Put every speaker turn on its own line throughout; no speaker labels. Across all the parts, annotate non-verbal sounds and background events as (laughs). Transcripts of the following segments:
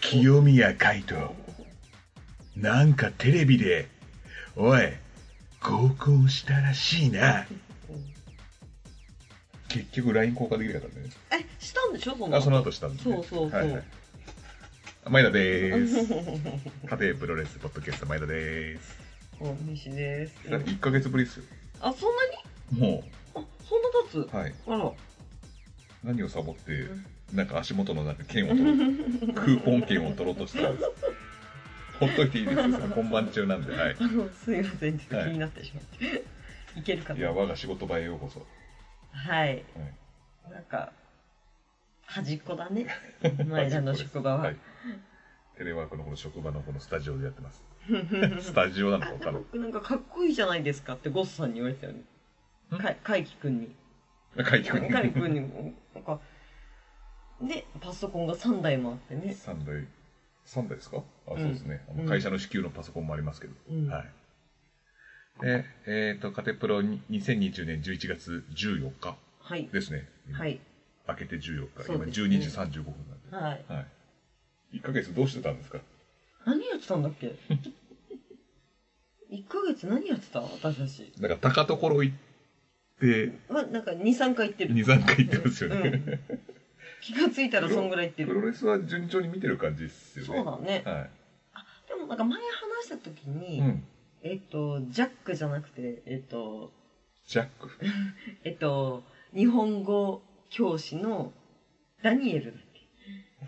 清宮海斗なんかテレビでおい合コンしたらしいな結局 LINE 交換できなかったね
えしたんでしょその
あその後したんです、ね、
そうそうそう
はいはい、前田でーす家庭プロレスポッドキャスト前田でーす
お西です
さ1ヶ月ぶりですよ
あそんなに
も
あそんな経つ
うはい
あら
何をサボって
ん
なんか足元のなんか剣を取ろうクーポン券を取ろうとしたんですほっといていいですよそれ本番中なんではい
あのすいませんちょっ
は
と
い
気になってしまって、い、けるか
い
な
や我が仕事場へようこそ
はい、
はい
なんか端っこだ
(laughs)
ね前田の職場は、
はい、テレワークのこの職場のこのスタジオでやってますスタジオなのか分かんない
(laughs) なんかかっこいいじゃないですかってゴッスさんに言われてたよね
ん
か海輝くんに
中井君
海輝くんになんかでパソコンが3台もあってね、
三台三台ですかあ、
うん
そうですねあの
うん
会社の支給のパソコンもありますけど、
うん
はいでえっ、とカテプロに2020年11月14日
はい
ですね、、
はいい
明けて14日、
そ
今
う
12
です
時
ね
35分なんで、
はい
はい、1ヶ月どうしてたんですか
何やってたんだっけ (laughs) 一ヶ月何やってた私たち
なんか高所行って
まあなんか23回行ってる
23回行ってますよね、
うん気がついたらそんぐらい行って
プロ
る
レスは順調に見てる感じですよね
そうだね
はい
でもなんか前話した時に、
うん、
えっとジャックじゃなくてえっと
ジャック (laughs)
えっと日本語教師のダニエル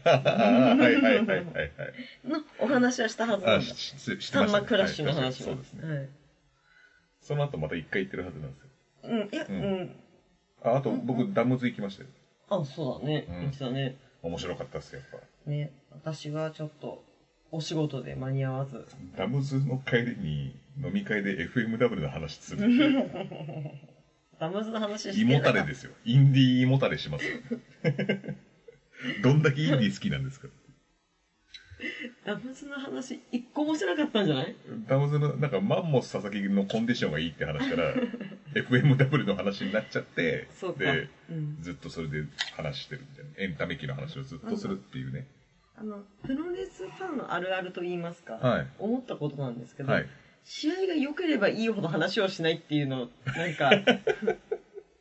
だっ
はいはいはいはいはい。
けのお話はしたはずなん
あ、
だ
しししてました
サ
ね
ンマクラッシュの
はい
話
そ
は
うですね。
はい
その後また一回行ってるはずなんですよ。
うんいや
う
うんん
あ、あと
う
僕、ダムズ行きましたよ。
あそうだね
うん
言ってたね
面白かったっすよ、やっ
ね私はちょっとお仕事で間に合わ (laughs) ず
ぱ。ダムズの帰りに飲み会で FMW の話するっていう。
ダムズの話して
胃もたれ
す
ですよ。インディー胃もたれしますよ。 (laughs) どんだけインディー好きなんですか
ダムズの話一個面白かったんじゃない
ダムズの、なんかマンモス佐々木のコンディションがいいって話から
(laughs)
FMW の話になっちゃって
そう、か
で、
うん、
ずっとそれで話してるみたいな。エンタメ期の話をずっとするっていうね。
あのプロレスファンあるあると言いますか、
はい。
思ったことなんですけど、
はい。
試合が良ければいいほど話をしないっていうのなんか
(laughs)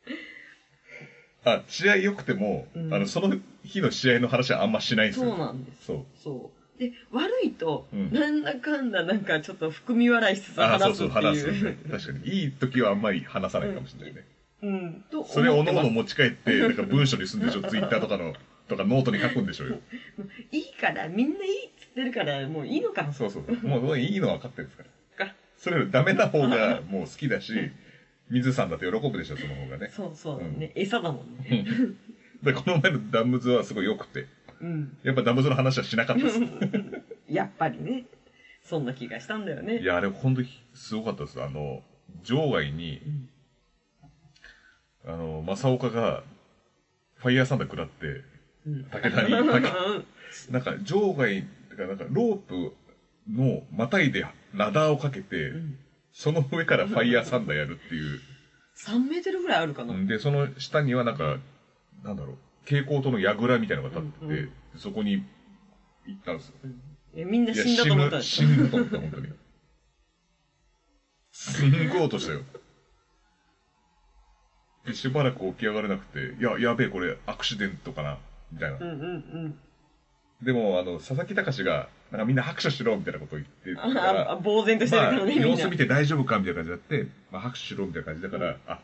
あ、試合良くても、
うん
あの、その日の試合の話はあんましないんですよ。
そうなんです
そう。
そうで悪いと、
うん
なんだかんだなんかちょっと含み笑いしつつ
あ、そうそう、
話すって
話
い
す
う
よね。
(laughs)
確かに。いい時はあんまり話さないかもしれないね。
うんと思って
それをおの
ま
お
す
の持ち帰って、なんか文章にすんでし
(laughs)
ょ、ツイッターとかの、とかノートに書くんでしょうよ。
いいからみんないいっつってるからもういいのか
そうそうそう。もうもういいのは分かってるんですから。
か
それよりダメな方がもう好きだし、水さんだって喜ぶでしょ、その方がね。
そうそうだね、餌だもんね
で、この前のダムズはすごい良くて。
うん
やっぱダムズの話はしなかったです。
やっぱりねそんな気がしたんだよね
いや、あれ本当にすごかったです。あの、場外に、
うん
あの、正岡が、ファイヤーサンダー食らって、
うん
武田に、武なんか、場外、てかなんか、ロープの、またいでラダーをかけて、
うん
その上からファイヤーサンダーやるっていう。
3メートルぐらいあるかな、
で、その下にはなんか、なんだろう、蛍光灯の櫓みたいなのが立ってて、
うん
そこに行ったんですよ。
えみんない
や、
死んだと思った
死ぬ死ぬと思った、本
(laughs)
当に。すんごい音したよ。でしばらく起き上がれなくて、いや、やべえ、これ、アクシデントかな、みたいな。
うんうん
でも、あの、佐々木隆が、なんかみんな拍手しろ、みたいなことを言って
う
た
ん
か
あ
ら、
あ呆然としてるから
まあ、
ね、み
様
んな
子見て大丈夫かみたいな感じになって、まあ、拍手しろみたいな感じだから、あ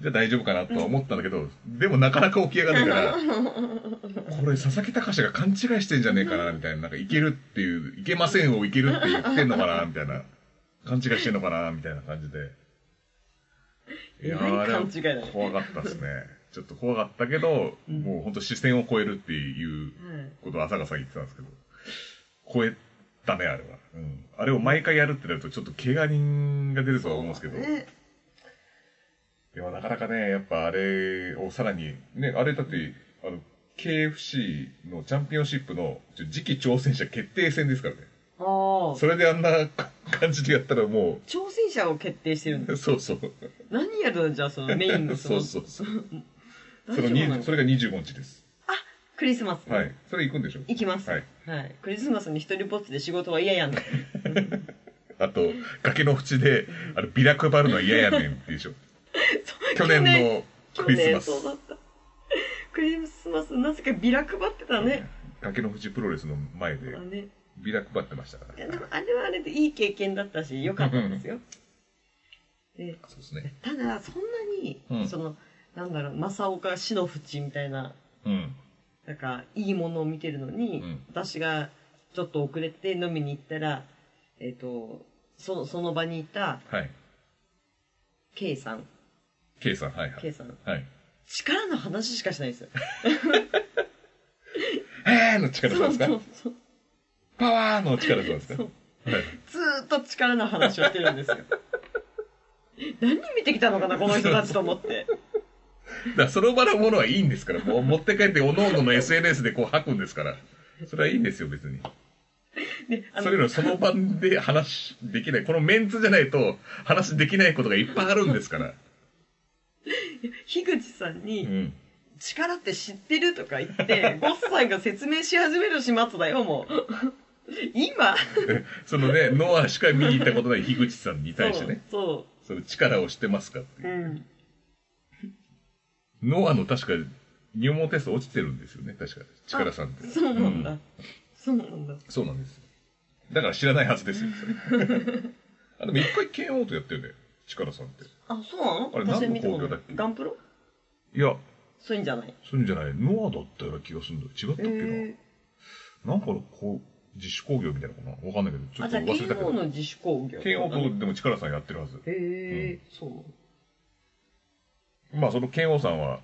じゃあ大丈夫かなとは思ったんだけど、でもなかなか起き上がらないから、これ佐々木隆が勘違いしてんじゃねえかなみたいな、なんかいけるっていう、いけませんをいけるって言ってんのかなみたいな、勘違いしてんのかなみたいな感じで。
えらい
あれは
勘違いだね
怖かったですね。ちょっと怖かったけど、
うん
もう本当視線を超えるっていう
はい
ことを朝香さん言ってたんですけど、超えたね、あれは。うん。あれを毎回やるってなると、ちょっと怪我人が出るとは思うんですけど、
ね
でもなかなかね、やっぱあれをさらに、ね、あれだって、あの、KFC のチャンピオンシップのちょ次期挑戦者決定戦ですからね。
ああ
それであんなか感じでやったらも
挑戦者を決定してるん
(laughs)
だ
う、そうそう。
何やるのじゃあそのメインのそ
そ
の
うそうそう。
大
そ
丈
の
夫なの
にそれが25日です。
クリスマス。
はい。それ行くんでしょ
行きます。
は
はいい。クリスマスに一人ぼっちで仕事は嫌やん。
あと、崖の縁で、あの、ビラ配るのは嫌やねんってでしょ。 (laughs) 去年の
去
クリス
年
マス。
そうだった。クリスマス、なぜかビラ配ってたね。
崖の縁プロレスの前で
あ、ね
ビラ配ってましたから。
でもあれはあれでいい経験だったし、良かったんですよ。で
そうですね。
ただ、そんなに、
うん
その、なんだろう、正岡志の淵みたいな、
うん。
なんか、いいものを見てるのに、
うん
私がちょっと遅れて飲みに行ったら、えっ、と、そその場にいた
はい。
K さん、
K さん、はいはい。
K さん、
はい。
力の話しかしないですよ。
へーの力 (laughs) そう
そう
ですか
そうそう。
パワーの力そうですか
そう
はい。
ずーっと力の話をしてる
(laughs)
んですよ。何見てきたのかな、この人たちと思っ
だ
て。
からその場のものはいいんですから、もう持って帰って、おのおのの SNS でこう吐くんですから、それはいいんですよ、別に。
で、あ
そ
の
れ、よりその場で話できない、このメンツじゃないと話できないことがいっぱいあるんですから。
樋口さん
う
に、
ん。
力って知ってるとか言って、ボスさんが説明し始める始末だよ、もう。今
そのね、ノアしか見に行ったことない樋口さんに対してね、
そう。
その力を知ってますかって
そう
いうう。
ん。
ノアの確か入門テスト落ちてるんですよね、確か。力さんって。
そうなんだ。
う
そうなんだ。
そうなんです。だから知らないはず
(laughs)
ですよ、それあ、でも一回剣王とやってるね、力さんって。
あ、そうなの
あれ
私は見たこ
何の工業
と
だ
な
っ
い
け
ガンプロ
いや、
そういうんじゃない。
そういうんじゃない、ノアだったような気がするんだよ。違ったっけな。
え
なんかのこう、自主工業みたいなのかなわかんないけど、ちょ
あ、
っ
じ
と
ゃあ、
忘れたけ
剣
ど。
王の自主工業。
剣王とでも力さんやってるはず。
へえ、そうなの
まあ、その剣王さんは、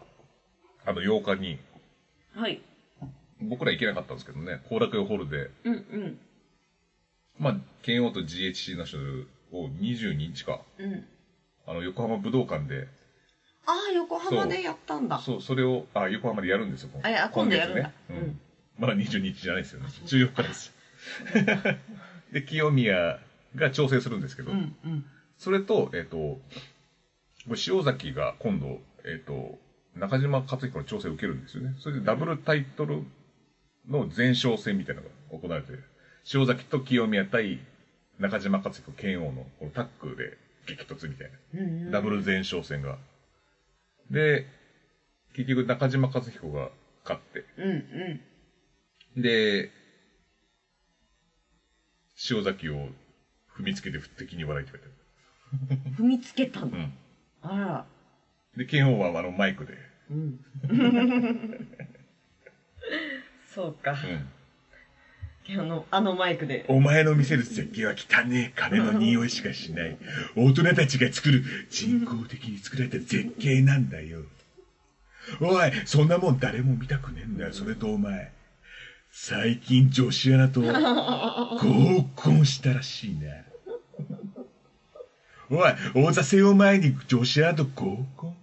あの、8日に、
はい。
僕ら行けなかったんですけどね、後楽園ホールで、
うんうん。
まあ、剣王と GHC ナショナルを22日か、
うん。
あの、横浜武道館で、
ああ、横浜でやったんだ。
そう、それを、あ、横浜でやるんですよ。
あいや今度やるんだ
今
う
月ね
ん。
うん。まだ22日じゃないですよね。14日です。 (laughs) で、清宮が調整するんですけど、
うんうん。
それと、えっ、と、塩崎が今度、えっ、と、中島克彦の調整を受けるんですよね。それでダブルタイトルの前哨戦みたいなのが行われて、塩崎と清宮対中島克彦剣王のこのタッグで激突みたい
うんうん
な。ダブル前哨戦が。で、結局中島克彦が勝って、
うんうん。
で、塩崎を踏みつけて敵に笑いって書いて
踏みつけた
ある。
の。
うん。
あら。
で、剣王はあのマイクで、
うん。 (laughs) そうか。あの、あのマイクで。
お前の見せる絶景は汚ねえ金の匂いしかしない。大人たちが作る人工的に作られた絶景なんだよ。おい、そんなもん誰も見たくねえんだよ。それとお前、最近女子アナと合コンしたらしいな。おい、王座戦を前に女子アナと合コン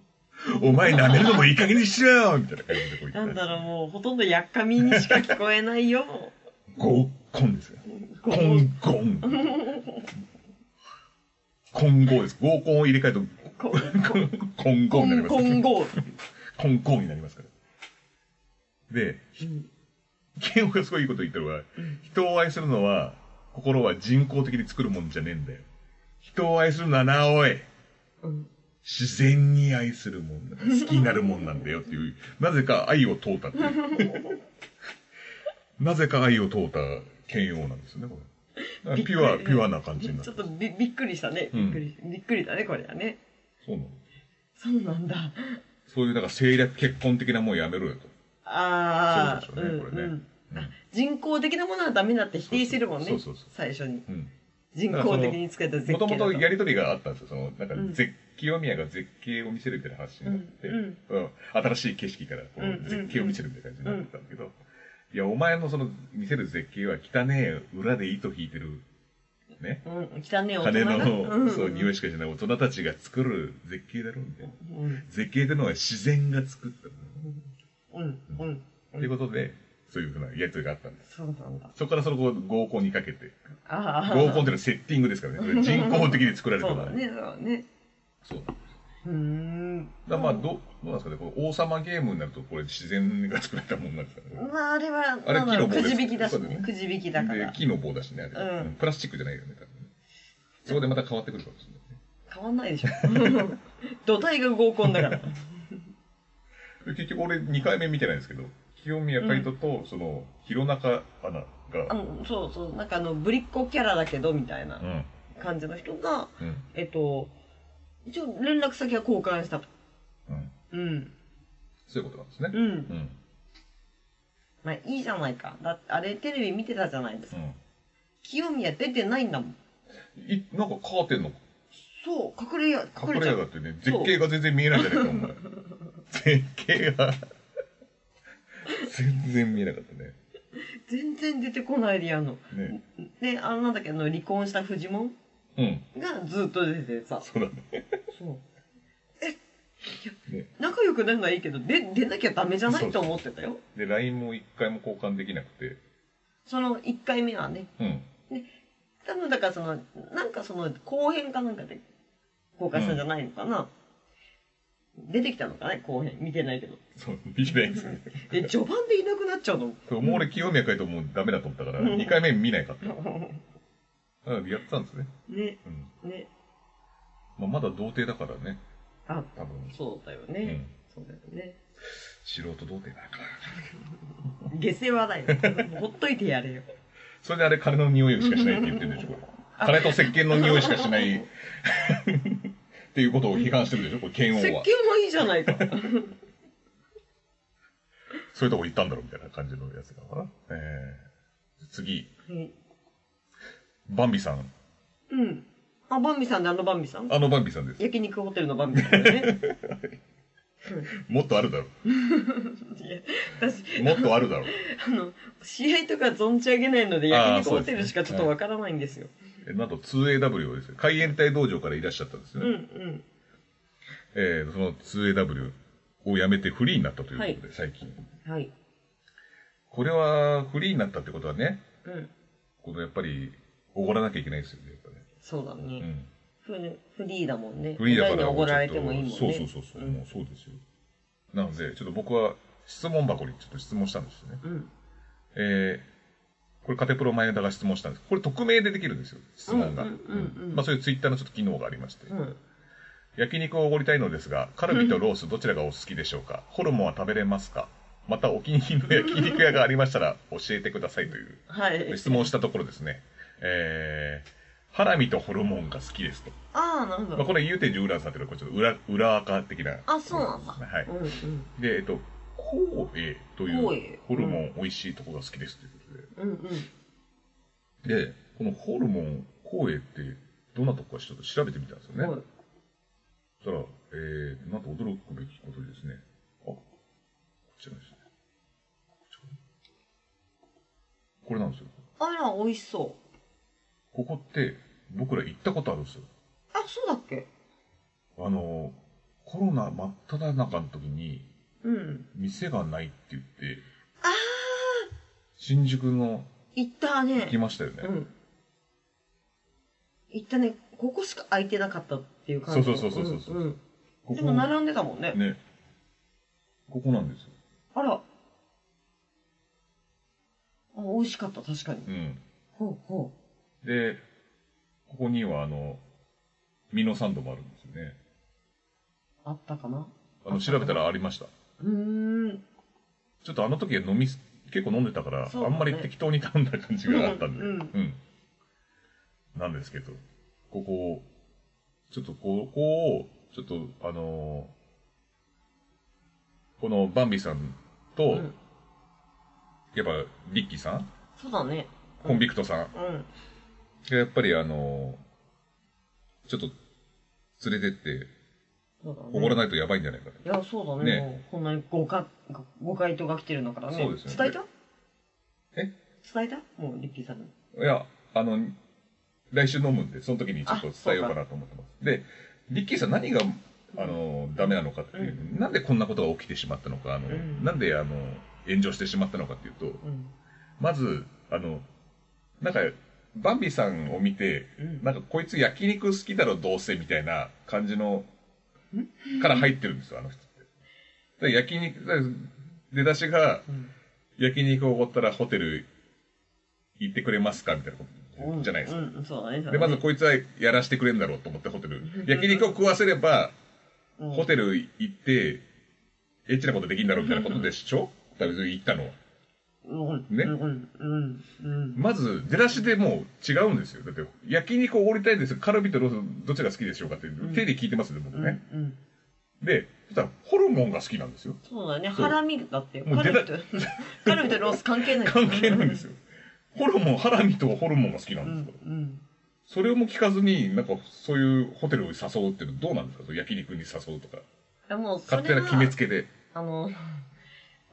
お前舐めるのもいい加減にしろよみたいな感じでこう
な
言
ん
った。
だろう、もうほとんどやっかみにしか聞こえない (laughs) よ。
合コンですよ。
こ
コ
う
ンコン。混合です。合コンを入れ替える
こ
と、混合
こ、
になんります
こ
から。
んご。
混合になりますから。で、剣王がすごいいいこと言ったのは、人を愛するのは、心は人工的に作るもんじゃねえんだよ。人を愛するのはな、おい
うん
自然に愛するもんだ。好きになるもんなんだよっていう、なぜか愛を問うたっていう。
(laughs)
なぜか愛を問うた剣王なんですね、これ。だからピュア、ピュアな感じにな
ち
る
ょっ。とびびっくりしたね。
う
びっ
ん
くり、びっくりだね、これはね。
そうなの。
そうなんだ。
そういう、だから政略結婚的なもんやめろよと。
ああ、
そうでしょうねこれね
ん
うん
あ人工的なものはダメだって否定してるもんね。
そうそうそう
最初に。
うん。
人工的に作られた
も
絶景
と
だ
も
と
とやりとりがあったんですよ。その、なんか
うん、
絶、清宮が絶景を見せるみたいな話になって、
うん
うん新しい景色からこ
うんうん
う絶景を見せるみたいな感じになってたんだけど、いや、お前のその見せる絶景は汚ねえ裏で糸引いてる、ね。
うん、汚ねえ大
金
人が
の、そう、匂い
し、
しかしない大人たちが作る絶景だろうみたいな。
うん、
絶景ってのは自然が作ったも
うん、うん。
の。ということで、そういうふうなやりとりがあったんです。
そうなんだ。
そこからその後合コンにかけて、
ああ。
合コンっていうのはセッティングですからね。それ人工的に作られた
そ
も
う
の
だね、そうだね。
そう
うーん。
だからまあど、どうなんですかね、この王様ゲームになると、これ自然が作られたもんなんですかね。
まあ、あれは、
あれ
なんだろ
木の棒
う
で
く
す
じ引きだし、
そうだよね
くじ引きだか
で
ら、。
木の棒だしね、あれ、
うん
プラスチックじゃないよね、多分ね。そこでまた変わってくるかもしれない。
変わんないでしょ。 (laughs) 土台が合コンだから。
で結局俺2回目見てないんですけど、清宮海斗と、その、弘中アナ
あ
が、
のそうそう、なんかあの、ぶりっ子キャラだけど、みたいな
うん。
感じの人が、
うん。
えっと、一応連絡先は交換した。
うん。
うん。
そういうことなんですね
う。ん。
うん。
まあ、いいじゃないか。だって、あれテレビ見てたじゃないですか。
うん。
清宮出てないんだもん。
いなんかカーテンの
そう、隠れ家、
隠れ
隠
家
れちゃ
だ
う。
ってね、絶
そう
景が全然見えないじゃないか、お前。絶景が、 (laughs) 全然見えなかったね。
全然出てこないでやんの。
ね。
で、あの、なんだっけ、あの、離婚したフジモン
うん。
がずっと出てさ。
そうだね。
そう。え、いや
ね
仲良くなるのはいいけど、で、出なきゃダメじゃないと思ってたよ。
で、LINE も1回も交換できなくて。
その1回目はね。
うん。
多分だからその、なんかその後編かなんかで公開したんじゃないのかな。出てきたのかね後編。見てないけ (laughs) ど。
そう、できないんですよね。
え、序盤でいなくなっちゃうの
そうもう俺、清宮海斗もうダメだと思ったから、
うん
2回目見ないかった。だからやってたんですね。
(laughs) ね、
うん。
ね。
まあ、まだ童貞だからね、
あ、
多分。
そうだよ
う
ね。
ん。
そうだよね。
素人童貞だから。
下世話だよ。ほっといてやれよ。
それであれ、金の匂いしかしないって言ってるんでしょ、これ。金と石鹸の匂いしかしない。っていうことを批判してるでしょ、これ、
石
嫌
鹸
悪は
も。いいじゃな
(laughs)
いか。
そういうとこ行ったんだろうみたいな感じのやつだからな。えー、次、
はい
バンビさん。
うん。あ、バンビさんであのバンビさん
あのバンビさんです。
焼肉ホテルのバンビさんだよね。
もっとあるだろ
いや私、
う。もっとあるだろう。
あの、試合とか存じ上げないので、
あー
焼肉ホテルしかちょっとわからないんですよ。
えなんと 2AW ですよ。海援隊道場からいらっしゃったんですよ
う
ね。
んうん。
えー、その 2AW を辞めてフリーになったということで、
は
最近。
はい。
これは、フリーになったってことはね、
うん。
このやっぱり、おごらなきゃいけないですよね。やっぱね
そうだ
う
ね。
ん、
フフリーだもんね。
フリーだか
親に
ら
おごられてもいいもんね。
そうそうそうそう、
ん
もうそうですよ。なので、ちょっと僕は質問箱にちょっと質問したんですよね。
うん。
えーこれカテプロ前田が質問したんです。これ匿名でできるんですよ、質問が。
うんうんうんうん
うんまあそういうツイッターのちょっと機能がありまして。
うん。
焼肉をおごりたいのですが、カルビとロースどちらがお好きでしょうかホルモンは食べれますかまたお気に入りの焼肉屋がありましたら教えてくださいという
はい。
質問をしたところですね。えー、ハラミとホルモンが好きですと。
ああ、なるほ
まあ、
ど。
これ言うて十浦さんっていうのはこれちょっと裏、裏垢的な。
あ、そうなんだ。
はい
うんうん。
で、えっと、コーエとい
コー
う
エ
ホルモン美味しいとこが好きですということで。
うんうん。
で、このホルモン、光栄って、どんなとこかちょっと調べてみたんですよね。
はい
そしたら、えー、なんと驚くべきことにですね。あ、こちらですね。こちらこれなんですよ。
あら、美味しそう。
ここって、僕ら行ったことあるんですよ。
あ、そうだっけ
あの、コロナ真っ只中の時に、
うん。
店がないって言って、
ああ、
新宿の
行った
行き
ね。
ましたよね。
うん。行ったね。ここしか空いてなかったっていう感じ。
そうそうそうそうそう
うんん
こ
で
こ
も、並んでたもんね。
ね。ここなんですよ。
あら。あ、美味しかった、確かに。
うん。
ほうほ
で、ここにはあの、ミノサンドもあるんですよね。
う。あったかな
あの、調べたらありました。
うーん。
ちょっとあの時は飲みす、結構飲んでたから、
そう
あ
だね
んまり適当に頼んだ感じがあったんで、
うんうん
なんですけど、ここ、ちょっとここを、ちょっとあのーこのバンビさんと、
うん
やっぱリッキーさん、
そうだね。
コンビクトさん
うん。
がやっぱりあのーちょっと連れてって、
そうだね。
おごらないとやばいんじゃないかと。
いや、そうだ
ね
ね。もうこんなに誤解、誤解とが来てるんだからね。
そうですよね
伝えた
え
伝えたもう、リッキーさんに。
いや、あの、来週飲むんで、その時にちょっと伝えようかなと思ってます。で、リッキーさん何が、あの、ダメなのかっていう、なんでこんなことが起きてしまったのか、あの、
うん
なんで、あの、炎上してしまったのかっていうと、
うん。
まず、あの、なんか、バンビさんを見て、
うん
なんかこいつ焼肉好きだろ、どうせ、みたいな感じのから入ってるんですよ、あの人って。で焼肉、だから出だしが、
うん
焼肉をおごったらホテル行ってくれますかみたいなことじゃないですか。
うん、うんそうだね。
で、まずこいつはやらしてくれんだろうと思ってホテル。焼肉を食わせれば、ホ
ル。
テル行って、エッチなことできんだろうみたいなことでしょだから別に行ったのは。
うん、
ね
うん、うん、うん。
まず、出だしでもう違うんですよ。だって、焼肉をおごりたいです。カルビとロース、どっちが好きでしょうかって、
ん
手で聞いてますね、
う
僕
ん、
ね。
うん。
で、そしたら、ホルモンが好きなんですよ。
そうだね。
そう
ハラミだって。
もう
カ
出
ル
た
ビと、
(laughs)
カルビとロース関係ない。
関係ないんです
よ。 (laughs)
よ。ホルモン、ハラミとホルモンが好きな
うん
ですから。
ん、
それも聞かずに、なんか、そういうホテルを誘うっていうのどうなんですかその焼肉に誘うとか。
うん。もう、そ
勝手
れ
な決めつ
は、
けで。
あの、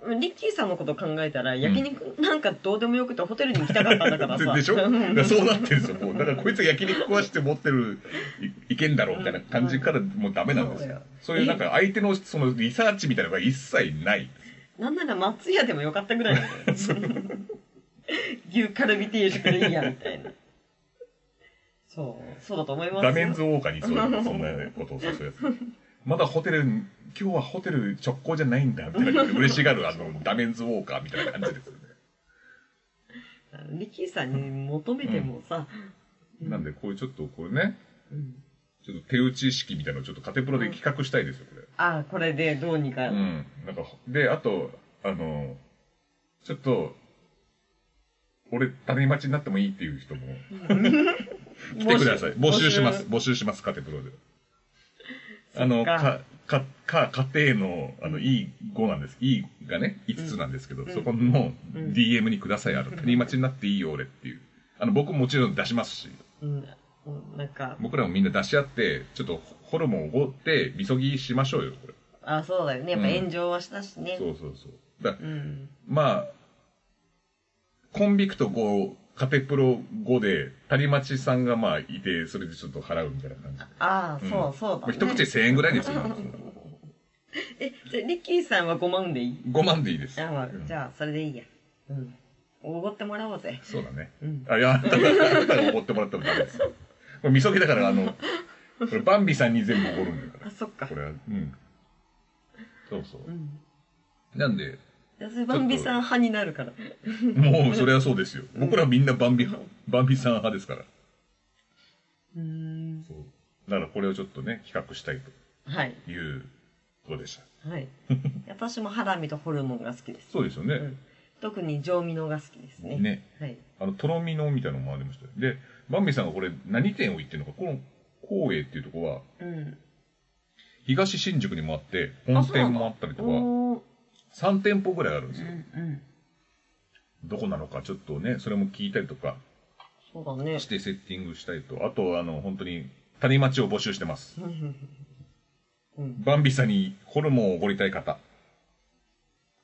リッキーさんのことを考えたら、焼肉なんかどうでもよくてホテルに行きたかったんだから
で
さ。
でしょだ
う
か
ん
らそうなってるんですよ。もう、だからこいつは焼肉食わして持ってる、いいけんだろうみたいな感じから、もうダメなんです
そうだ
よ
よ。
そういうなんか、相手のそのリサーチみたいなのが一切ない。
なんなら松屋でもよかったぐらいなんだよ
(laughs)
牛カルビ定食でいいやみたいなそうそうだと思います
ダメンズウォーカーにそういうそんなことをさせるやつ。まだホテル、今日はホテル直行じゃないんだ、みたいな感じで嬉しがる、あの、ダメンズウォーカーみたいな感じですよね。
リッキーさんに求めてもさ、う
なんで、こういうちょっと、これね、
うん
ちょっと手打ち式みたいなのをちょっとカテプロで企画したいですよ、これ。
ああこれでどうにか、
うん。なんか、で、あと、あの、ちょっと、俺、種待ちになってもいいっていう人も、来てください。募集します。募集します、カテプロで。あの、か、か、か、家庭の、あの、
うん
E5 なんです。E がね、5つなんですけど、
ん
そこの
うん
DM にください。あの、谷町になっていいよ、俺っていう。あの、僕ももちろん出しますし、
うん、うんなんか
僕らもみんな出し合って、ちょっとホルモンをおごって、みそぎしましょうよ、これ。
ああそうだよねやっぱ炎上はしたしね、
そうそうそう。だ
うん
まあ、コンビクト5、カテプロ5で、谷町さんがまあいて、それでちょっと払うみたいな感じ。
ああ
うん
そうそう
まあ
だ、ね
一口1000円ぐらいですよ。
えじゃあリッキーさんは5万でいい
5万でいいです。
あ、まあ
う、ん
じゃあそれでいいやうんおごってもらおうぜ
そうだね。
うん
あ、いや、あなたが、あなたが奢ってもらったらダメです。これ、みそぎだから、あの、これ、バンビさんに全部奢るんだか。
あそっから
これは、うん。そうそうう。
ん
なんで、
安井バンビさん派になるから。
もう、それはそうですよ。僕らみんなバンビ派、バンビさん派ですから。
うーん。
そう。だから、これをちょっとね、企画したい
はい。
ということでした。 (laughs)
はい。私もハラミとホルモンが好きです。
そうですよね。
うん特に上ミノが好きですね。
ね。
はい。
あの、とろみのみたいなのもありましたよで、バンビさんがこれ、何店を言ってるのか、この、光栄っていうとこは、
うん。
東新宿にもあって、本店もあったりとか、
おー
3店舗ぐらいあるんです
う
よ。
んうん。
どこなのかちょっとね、それも聞いたりとか
そうだね
し。てセッティングしたりと、あと、あの、本当に、谷町を募集してます。
うん。
バンビさんにホルモンをおごりたい方。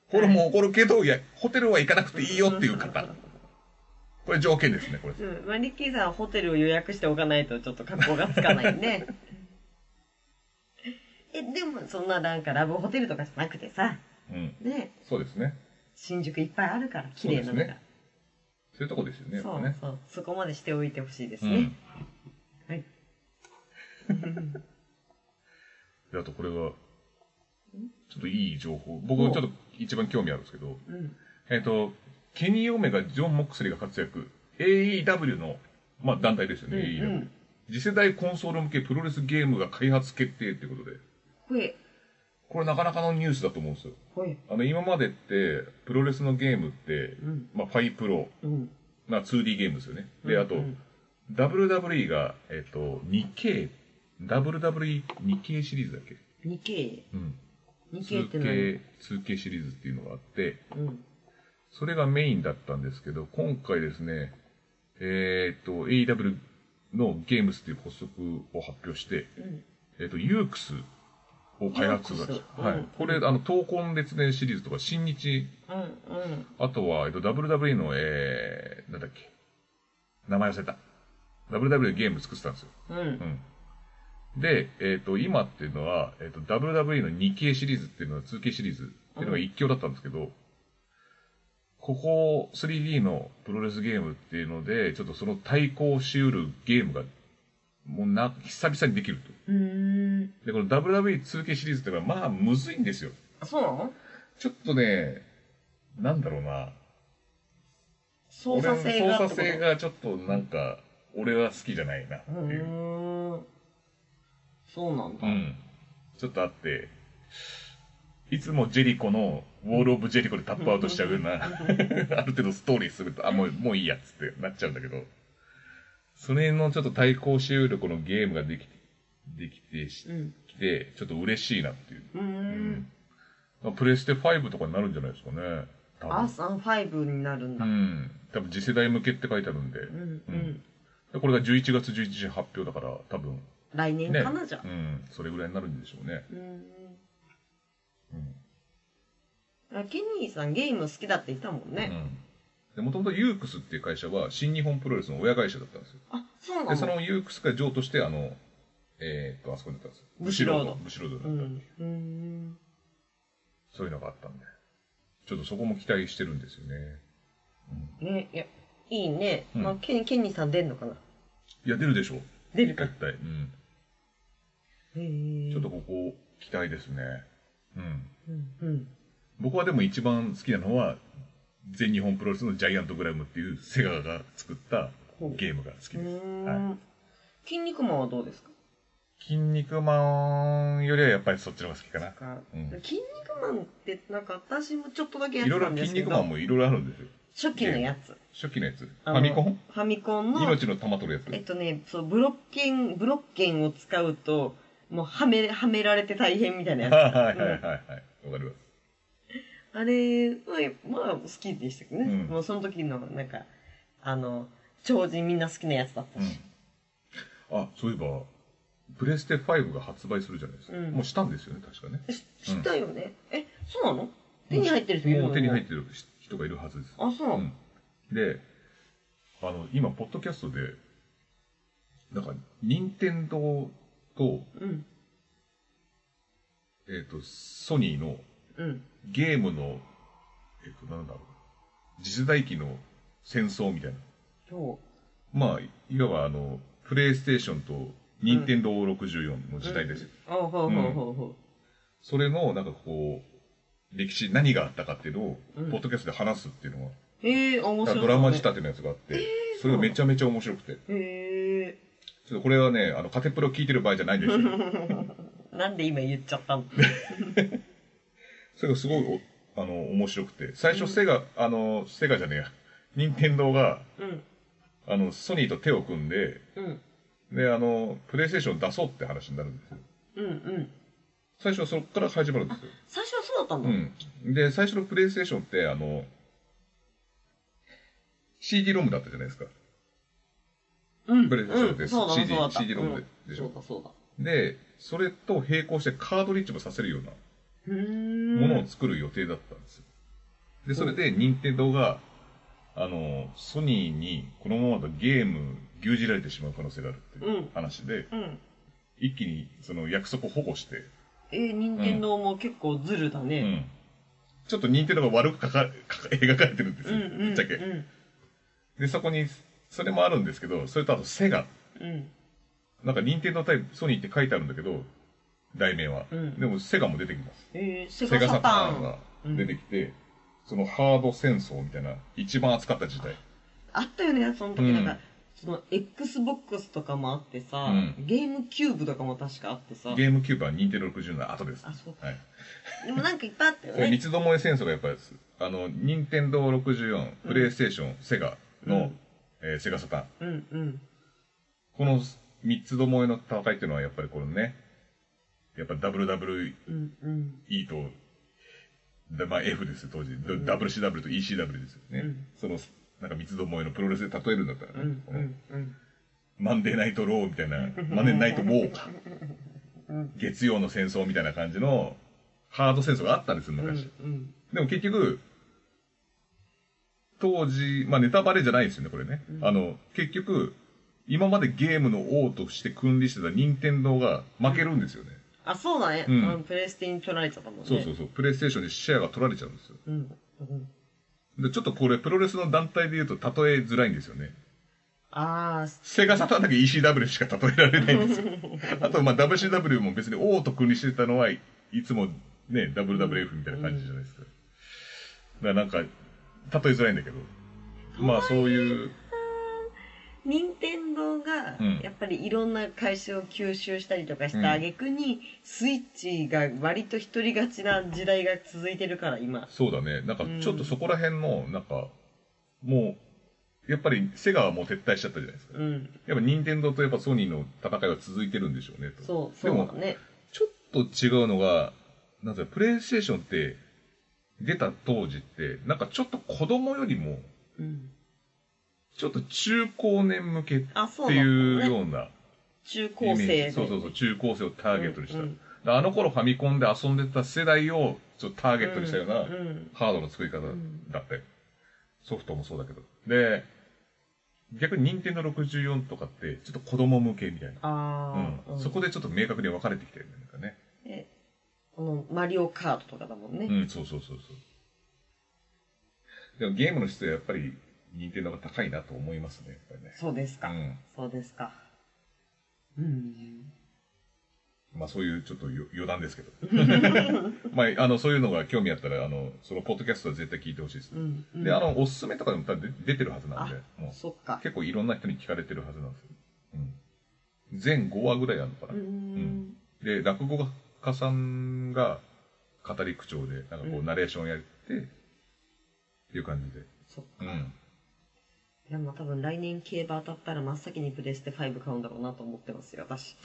ホルモンをおごるけど、いや、ホテルは行かなくていいよっていう方。これ条件ですね、これ。
うん。まあ、リッキーさんはホテルを予約しておかないとちょっと格好がつかないね。え、でもそんななんかラブホテルとかじゃなくてさ、
うん。
ね、
そうですね。
新宿いっぱいあるから、綺麗なの
そうです
が
ね。そういうとこですよね、やっ
そ
ぱ
う
ね。
そう。そこまでしておいてほしいです
う
ね
ん。
はい。
であとこれは、ちょっといい情報。僕、ちょっと一番興味あるんですけど、
うん。
えっ、と、ケニー・オメガ、ジョン・モックスリーが活躍、AEW の、まあ、団体ですよね、
うん
AEW、
うん
次世代コンソール向けプロレスゲームが開発決定ってことで、
ほえ、
これなかなかのニュースだと思うんですよ。
ほえ。
あの、今までって、プロレスのゲームって、
うん。
まあ、ファイプロ、
うん。
まあ、2D ゲームですよね。で、あと、
うん
WWE が、えっ、と、2K、WWE2K シリーズだっけ
2K。
うん。
2K って何
2K、2K シリーズっていうのがあって、
うん。
それがメインだったんですけど、今回ですね、えーっと、AEW のゲームスっていう発足を発表して、
うん。
えーっと、ユークスを開発が
ユークス
は
うん
い。これ、あの、闘魂列伝シリーズとか、新日、
うん。うん。
あとは、えっと、WWE の、えー、なんだっけ、名前忘れた。WWE でゲーム作ってたんですよ。
うん。
うん。で、えっ、と、今っていうのは、えっ、と、WWE の 2K シリーズっていうのは 2K シリーズっていうのが一強だったんですけど、ここ 3D のプロレスゲームっていうので、ちょっとその対抗しうるゲームが、もうな、久々にできると。
うん。うん。
で、この WWE2K シリーズってのは、まあ、むずいんですよ。
あそうなの
ちょっとね、なんだろうな。
操作性
俺
が
の操
ってこと。
作性がちょっとなんか、俺は好きじゃないなって
う
いう。
ーん。そうなんだ。
うん。ちょっとあって、いつもジェリコの、ウォール・オブ・ジェリコでタップアウトしちゃうよう
(laughs)
な、ある程度ストーリーすると、あ、もう、もういいやっつってなっちゃうんだけど、それのちょっと対抗しうるこのゲームができて、できてし
うん。
きて、ちょっと嬉しいなっていう。
うー。。
うんプレステ5とかになるんじゃないですかね。多
アー
分。
サン5になるん
う
だ。
ん。多分次世代向けって書いてあるんで。
うん。う
うんん。でこれが11月11日発表だから、多分。
来年
ね。
かな、じゃ
う。
あ
ん。それぐらいになるんでしょうね。
うん。
うん。
あケニーさんゲーム好きだって言ってたもんね。
もともとユークスっていう会社は新日本プロレスの親会社だったんですよ。
あ、そうな
で、そ
の
のユークスが譲渡して、あの、えーっと、あそこになったんですよ。
ブシロード
ブシロードに
う
なったっていう、
ん。うん。
そういうのがあったんで。ちょっとそこも期待してるんですよね。
ね、いや、いいね。
うん
まあ、ケニーケニーさん出んのかない
や、出るでしょう。
出るか。へ
絶対。うん。
え
ちょっと。ここ、期待ですね。うん。
うんうん。
僕はでも一番好きなのは、全日本プロレスのジャイアントグラムっていうセガが作ったゲームが好きで
う
す。
ーん。筋肉マンはどうですか
筋肉マンよりはやっぱりそっちの方が好きかな。うん
筋肉マンってなんか私もちょっとだけやっ
いろ
て
い
た
ろ
んです
筋
け
肉マン
ど
もいろいろあるんですよ。
初期のやつ
初期のやつ。フ
あの
ァミコン
ファミコンの
命の玉取るや
えっ
つ。
とねそうブロッケンブロッケンを使うともうはめはめられて大変みたいな
(laughs)
や
はいはいはいはいはい。わかります。
つあれはまあ好きでしたけどね、
うん
もうその時のなんかあの超人みんな好きなやつだったし、
うん。あ、そういえば、プレステ5が発売するじゃないですか。
うん
もうしたんですよね、確かね。
えし知ったよね、えそうなの手に入ってる人いるの
もう手に入ってる人がいるはずです。
あそう、
うん。で、あの、今、ポッドキャストで、なんか、任天堂と、
うん
えっ、と、ソニーの
うん
ゲームの、えっ、と、なんだろう、次世代機の戦争みたいな。
そ
まあ、いわばあの、プレイステーションと任天堂64の時代ですよ。
うあほうほうほうほ
それの、なんかこう、歴史、何があったかっていうのを、
うん
ポッドキャストで話すっていうのは、
うへえ面白い、ね、
ドラマ仕立てのやつがあって、それがめちゃめちゃ面白くて。
へえ
ちょっとこれはね、あの、カテプロ聞いてる場合じゃないんですよ。
なんで今言っちゃったの
それがすごい、おあの、面白くて。最初、セガ、あの、セガじゃねえや。任天堂が、
うん。
あの、ソニーと手を組んで、
うん。
で、あの、プレイステーション出そうって話になるんですよ。
うん。うん。
最初はそこから始まるんですよ。
最初はそうだったんだ。
うん。で、最初のプレイステーションって、あの、CD ロムだったじゃないですか。
うん。
プレイステーションで
うんそうだ
CD
そうだった
CD ロムで
うん
でしょ
そうだそうだ。
で、それと並行してカードリッジもさせるよう
うーん。
なものを作る予定だったんですよ。で、それで任天堂が、あの、ソニーにこのままだとゲーム牛耳られてしまう可能性があるっていう話で、
うん。
一気にその約束を保護して、
えー、任天堂も結構ズルだ
う
ね。
んちょっと任天堂が悪く描か (laughs) 描か描かれてるんです
う
よ、
ん。うん。
ぶっちゃけ。
うん。
で、そこに、それもあるんですけど、それとあとセガ。
うん。
なんか任天堂対ソニーって書いてあるんだけど、題名は。
うん
でもセガも出てきます。
えー、セ
セガ
ガサ
サ
タ
タ
ー
ー
ン
ン。が出てきて、そのハード戦争みたいな、一番熱かった時代。
あったよね、その
う
時。
ん
なんか、その、Xbox とかもあってさ、
うん
ゲームキューブとかも確かあってさ。
ゲームキューブは任天堂60の後です。
あ、そう。
はい。
でもなんかいっぱいあったよ
これ三
ね。
つどもえ戦争がやっぱりです、あの、任天堂64、プレイステーション、セガの、
うん
えーセガサターン。
うん。うん。
この三つどもえの戦いっていうのはやっぱりこのね、やっぱ WWE
うん。うん。
と、でまあ F ですよ、当時。WCW と ECW ですよね。
うん
その、なんか三つどもえのプロレスで例えるんだったら
う
ね、
ん。
こ
う
の
ん。うん。
マンデーナイトローみたいな、マンデーナイトウォーか
うん。
月曜の戦争みたいな感じの、ハード戦争があったんですよ、
うん。
昔。
うん。
でも結局、当時、まあネタバレじゃないですよね、これね。
うん
あの、結局、今までゲームの王として君臨してた任天堂が負けるんですよね。
あ、そうだね。
うん
あのプレステに取られちゃったもんね。
そうそうそう。プレイステーションでシェアが取られちゃうんですよ。
うん。うん。
で、ちょっとこれ、プロレスの団体で言うと例えづらいんですよね。
ああ、
セガサターンだけ ECW しか例えられないん
(laughs)
ですよ。あと、まあ、WCW も別に王と国にしてたのはい、いつもね、WWF みたいな感じじゃないですか。だからなんか、例えづらいんだけど。まあ、そういう、
任天堂が
うん
やっぱりいろんな会社を吸収したりとかし
うん
た挙句に、スイッチが割と独り勝ちな時代が続いてるから今
そうだね。なんか、ちょっとそこら辺の、なんか、もう、やっぱりセガはもう撤退しちゃったじゃないですか。
うん
やっぱ任天堂とやっぱソニーの戦いは続いてるんでしょうねと。
そう
で
そう
も
だ、ね
ちょっと違うのが、なんていうのプレイステーションって、出た当時って、なんかちょっと子供よりも、
うん
ちょっと中高年向けっ
あそう
て
だ
いう
ったね
ような
中
イ
高
メージ
生
そうそうそう、中高生をターゲットにした。
うんうん
だからあの頃ファミコンで遊んでた世代をちょっとターゲットにしたような
うんうん
ハードの作り方だったよ。ソフトもそうだけど。で、逆に任天堂64とかって、ちょっと子供向けみたいな。
ああ、
うん、そこでちょっと明確に分かれてきてるんだよね。
えこのマリオカートとかだもんね、
うん、そうそうそうそう。でもゲームの質はやっぱり任天堂が高いなと思いますね、やっぱりね。
そうですか、
うん
そうですかうん
まあそういうちょっとよ余談ですけど。
(laughs)
(laughs) まあ、あの、そういうのが興味あったら、あの、そのポッドキャストは絶対聞いてほしいです
う。んうん
で、あの、おすすめとかでも多分出出てるはずなんで、も
そっ
う
か
結構いろんな人に聞かれてるはずなんですよ。うん。全5話ぐらいあるのかな。
うーん
で、落語家さんが語り口調で、なんかこ
う
うんナレーションやって、っていう感じで。
そっか
うん。
いや、まあ多分来年競馬当たったら真っ先にプレステ5買うんだろうなと思ってますよ、私。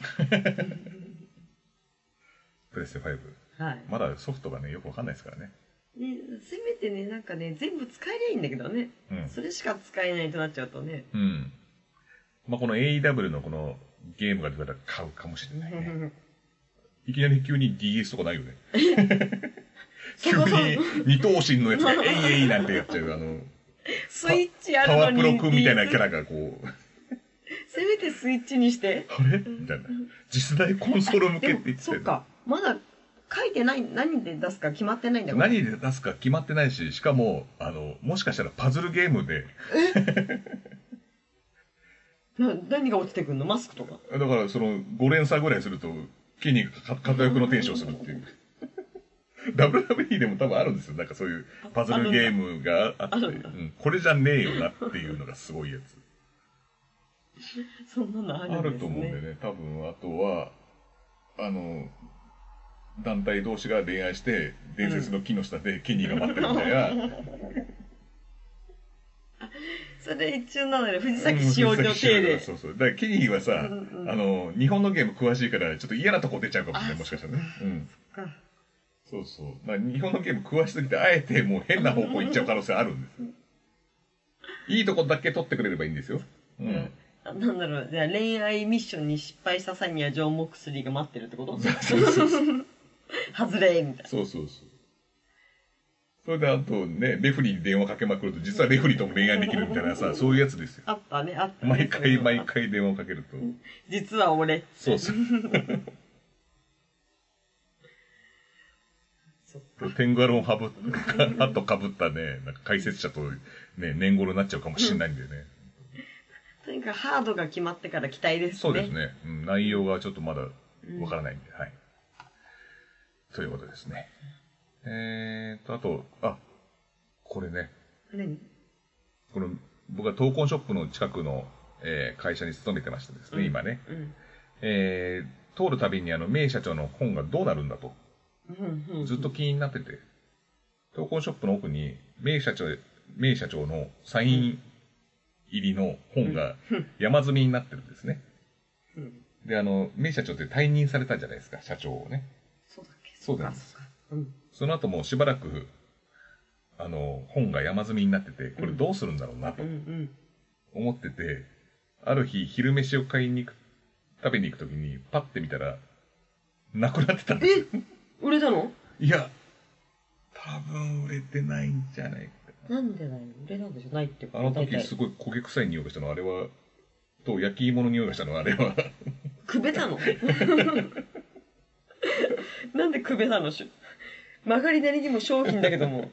プレステ5。
はい。
まだソフトがね、よくわかんないですからね。
ね、せめてね、なんかね、全部使えりゃいいんだけどね。
うん。
それしか使えないとなっちゃうとね。
うん。まあ、この AEW のこのゲームが出たら買うかもしれないね。いきなり急に DS とかないよね。 (laughs) 急
そこそ
に二頭身のやつがえいえいなんてやっちゃう。あ (laughs) の、
(laughs) スイッチあ
パ
るの
ワー
に。
プロ君みたいなキャ
ラ。
ラがこう、
せめてスイッチにして。
あれみたいな。実際コンソール向け
で
っ
も
て言、ってた
そっ
よ
か。まだ書いてない、何で出すか決まってないんだから。
何で出すか決まってないし、しかも、あの、もしかしたらパズルゲームで、
な何が落ちてくんのマスクとか。
だからその5連鎖ぐらいすると、筋肉がか活躍のテンションするって (laughs) いう。WWE でも多分あるんですよ。なんかそういうパズルゲームがあって、
あ
う
るんだ
ん、これじゃねえよなっていうのがすごいやつ。
そんなのあ
あ
るん
る
ですね。
と思うんだよね。多分、あとは、あの、団体同士が恋愛して、伝説の木の下でケニーが待ってるみたいな。
(laughs) それ一応なので、藤崎使用の手で。
そうそう。だからケニーはさ、
うんうん
あの、日本のゲーム詳しいから、ちょっと嫌なとこ出ちゃうかもしれない、もしかしたらね。うん。
か
そうそう。だから日本のゲーム詳しすぎて、あえてもう変な方向行っちゃう可能性あるん (laughs) ですよ。いいとこだけ取ってくれればいいんですよ。うん。
なんだろう、じゃあ恋愛ミッションに失敗した際にはジョン・モクスリーが待ってるってこと
そうそうそう。
外れみたいな。
そうそうそう。それであとね、レフェリーに電話かけまくると、実はレフェリーとも恋愛できるみたいなさ、そういうやつですよ。
あったね、あったね。
毎
そう
回
いうの
毎。回電話かけると。
実は俺。
そうそう。 (laughs)
そっか
テングアロンはぶっ、 (laughs) ハットかぶったね、なんか解説者とね、年頃になっちゃうかもしれないんだよね。
とにかくハードが決まってから期待ですね。
そうです。ね。うん、内容がちょっとまだわからないんで、はい。ということですね。えーと、あと、あ、これね、
何
この、僕は闘魂ショップの近くの、えー会社に勤めてましてですね、
うん
今ね。
うん。
えー通るたびにあの、名社長の本がどうなるんだと。
うんうん。
ずっと気になってて、投稿ショップの奥に、名社長、名社長のサイン入りの本が山積みになってるんですね。
うん。
で、あの、名社長って退任されたじゃないですか、社長をね。
そうだっけ
そうなんです
そっかそっかうん。
その後もうしばらく、あの、本が山積みになってて、これどうするんだろうなと
うんうん。
思ってて、ある日昼飯を買いに行く、食べに行くときに、パッて見たら、なくなってたんですよ。
売れたの
いや、多分売れてないんじゃないか
なんでだよ。売れたんでしょないって
あの
大
時
体
すごい焦げ臭い匂いがしたの、あれは、と焼き芋の匂いがしたの、あれは。 (laughs)
くべたの
(laughs)
なんでくべたのし曲がりなりにも商品だけども。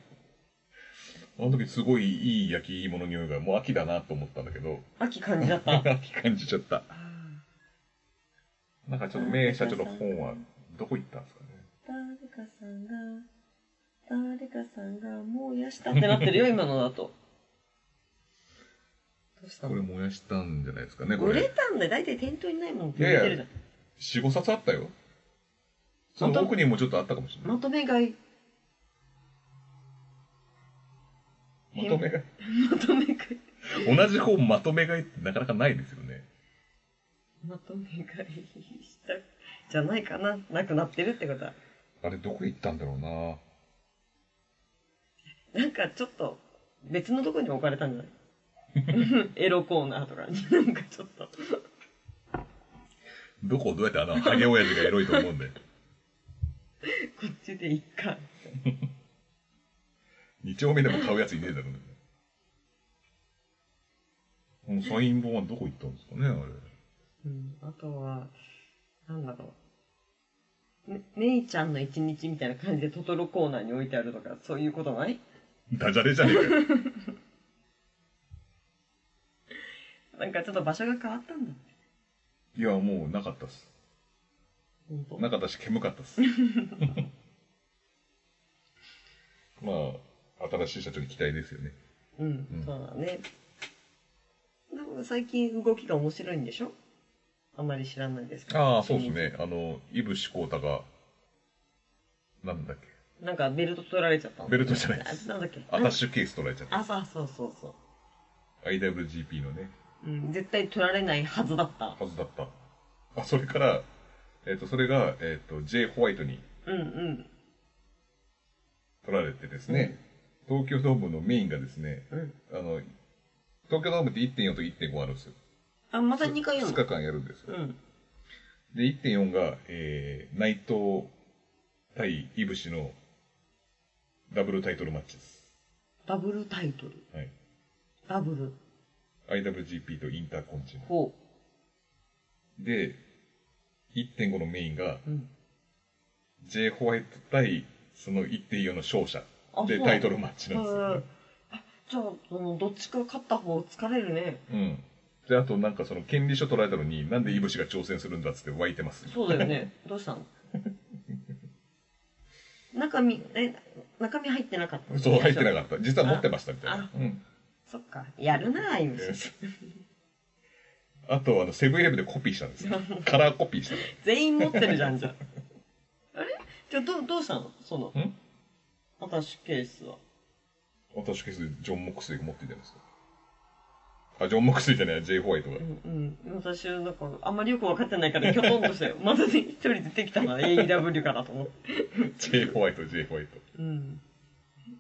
あの時すごいいい焼き芋の匂いが、もう秋だなと思ったんだけど、
秋感じだった。
(laughs) 秋感じちゃった。なんかちょっと名社長の本はどこ行ったんですかね。
誰かさんが、誰かさんが燃やしたってなってるよ、今のだと。どうした
これ
の
燃やしたんじゃないですかね、こ
売れ
れ。
たんで大体店頭にないもんって言ってるじゃん。
4、5冊あったよ。その奥にもちょっとあったかもしれな
まとめ買い。
い。まとめ買
まとめ買い。
い。同じ本まとめ買いってなかなかないですよね。
まとめ買いした、じゃないかな。なくなってるってことは。
あれ、どこ行ったんだろうな。
なんかちょっと、別のとこに置かれたんじゃない (laughs) エロコーナーとかに。なんかちょっと。
どこをどうやってあの、ハゲ親父がエロいと思うんで。
こっちでいっか。
二丁目でも買うやついねえだろうね。このサイン本はどこ行ったんですかね、あれ。
うん、あとは、なんだろう。め、めいちゃんの一日みたいな感じでトトロコーナーに置いてあるとか、そういうことない
ダジャレじゃねえかよ。
なんかちょっと場所が変わったんだ。
いや、もうなかったっす。
ほんと
なかったし、煙かったっす。まあ、新しい社長に期待ですよね。
うん、
うん
そうだね。なんか最近動きが面白いんでしょあんまり知らないですけど
ああ、そうです。ね。あの、イブシコータが、なんだっけ、
なんかベルト取られちゃったの
ベルトじゃないで
あなんだっけ
アタッシュケース取られちゃった。
あ、そうそうそうそ
IWGP のね、
う。うん、絶対取られないはずだった。
はずだった。あ、それから、えっ、と、それが、えっ、と、J. ホワイトに
うんうん。
取られてですね、東京ドームのメインがですね、
うん。
あの、東京ドームって1.4と1.5あるんですよ。
あ、また2回
2
読むの
日間やるんですよ。
うん。
で、1.4が、えー、内藤対イブシのダブルタイトルマッチです。
ダブルタイトル。
はい。
ダブル。
IWGP とインターコンチの。
ほ
で、1.5のメインが、
う。うん。
J. ホワイト対その1.4の勝者
あ
で
そう
タイトルマッチなんですよ、
へえあじゃあそのどっちか勝った方疲れるね
うん。で、あとなんかその権利書取られたのに、なんでイブシが挑戦するんだっつって湧いてます。
そうだよね (laughs) どうしたの中身え中身入ってなかった
そう、入ってな
っ
かった。実は持ってましたみたい
あ
な。うん。
たそっかやるなあ今
えーあと、あの、セブンイレブンでコピーしたんですよ。カラーコピーしたの。
全員持ってるじゃんじゃ
(laughs)
んあれじゃあどうどうしたのその
ん
アタッシュケースは
私消すジョン・モックスリーが持ってるじゃないですか。あ、ジョン・モックスリーじゃない、J. ホワイトが
う。んうん私はなんかあんまりよく分かってないか
(laughs)
らきょとんとしたよまず一人出てきたのは AEW かなと思って
J. ホワイト、J. ホワイト。
うん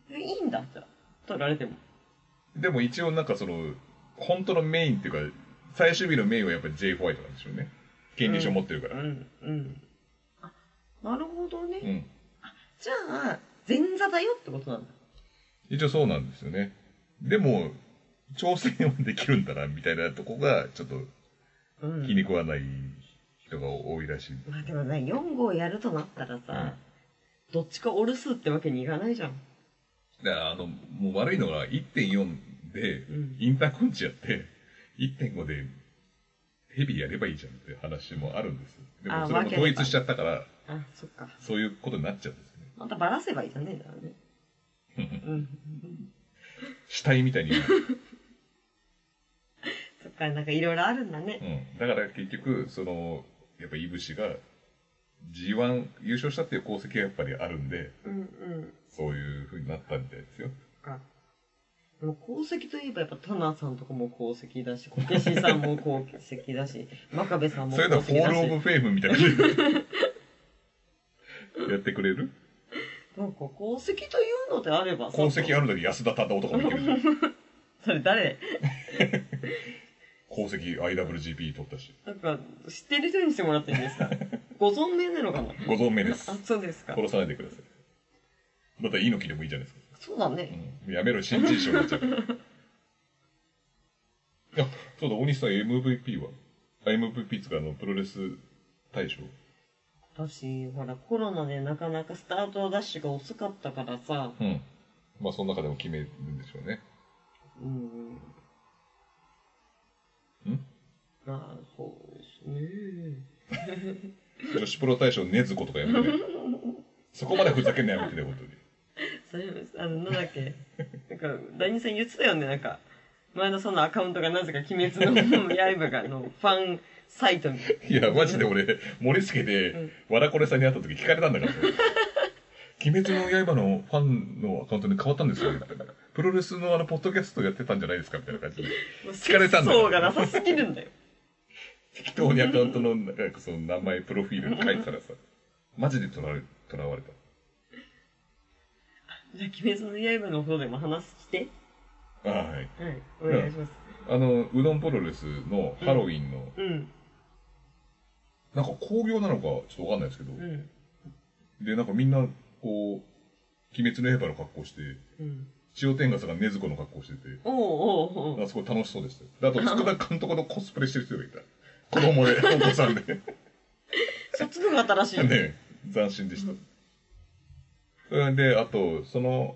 えいいんだじゃあ取られても
でも一応なんかその、本当のメインっていうか、最終日のメインはやっぱり J. ホワイトなんでしょうね。権利書持ってるから。う
う
ん。
んうんあなるほどね、じゃあ前座だよってことなんだ
一応そうなんですよね。でも、挑戦はできるんだな、みたいなとこが、ちょっと
うん
気に食わない人が多いらしい。
まあでもね4号やるとなったらさ、どっちかお留守ってわけにいかないじゃん
だからあの、もう悪いのが1.4で
うん、
インターコンチやって、1.5でヘビやればいいじゃんって話もあるんですよ。で
あ
もそれも統一しちゃったから、
あそっか
そういうことになっちゃうんですよね。
またばらせばいいじゃねえだろうねうん
死体みたいに言う。
そっかなんかいろいろあるんだね
うん。だから結局、その、やっぱイブシが G1 優勝したっていう功績がやっぱりあるんで、
うんうん
そういう風になったみたいですよ。
そっかでも功績といえばやっぱタナさんとかも功績だし小手師さんも功績だし真壁さんも
そうい
功
うのはフォー
績だ
ル・オブ・
し
フェームみたいな (laughs) 感じでやってくれる
なんか功績というのであれば
功績あ
あ
るのに安田忠夫とかもいけるじゃん
それ誰
功績 IWGP 取ったし、
なんか、知ってる人にしてもらっていいです
(laughs)
かご存命なのかな
ご存命です
あ。、そうですか。
殺さないでください。だったら猪木でもいいじゃないですか。
そうだね。
うん、やめろ、新人賞になっちゃう (laughs) から。いや、そうだ、大西さん MVP はあ ?MVP つうか、あの、プロレス大賞。
私、ほら、コロナでなかなかスタートダッシュが遅かったからさ、
うん。まあ、その中でも決めるんでしょうね。
うん。
ん
まあ、そうですね。
女子プロ大賞ねずことかやめてね。そこまでふざけんのやめてね、本当に。
それ、あの、なんだっけ。なんか、ダニさん言ってたよね、なんか。前田さんのアカウントがなぜか鬼滅の刃が、あの、ファンサイトに。
いや、マジで俺、森助で、わらこれさんに会った時聞かれたんだから。鬼滅の刃のファンのアカウントに変わったんですよ、みたいな。プロレスのあの、ポッドキャストやってたんじゃないですか、みたいな感じで。 (laughs) 聞かれたんだ
そうがなさすぎるんだよ。
適当にアカウントの、なんかその名前、プロフィールに書いてたらさ、マジでとらわれ、とらわれた。
じゃあ、鬼滅の刃の方でも話して。
あはい。
はい、お願いします。
あの、うどんプロレスのハロウィンの、
うん、
なんか興行なのかちょっとわかんないですけど、
うん、
で、なんかみんな、こう、鬼滅の刃の格好して、
うん。
千代天笠が禰豆子の格好してて、
おうおうおう
あすごい楽しそうでしたよ。であと、佃監督のコスプレしてる人がいた。 (laughs) 子供で、お子さんで。 (laughs)
そっちの方が新しい。
ね、斬新でした。それで、あと、その、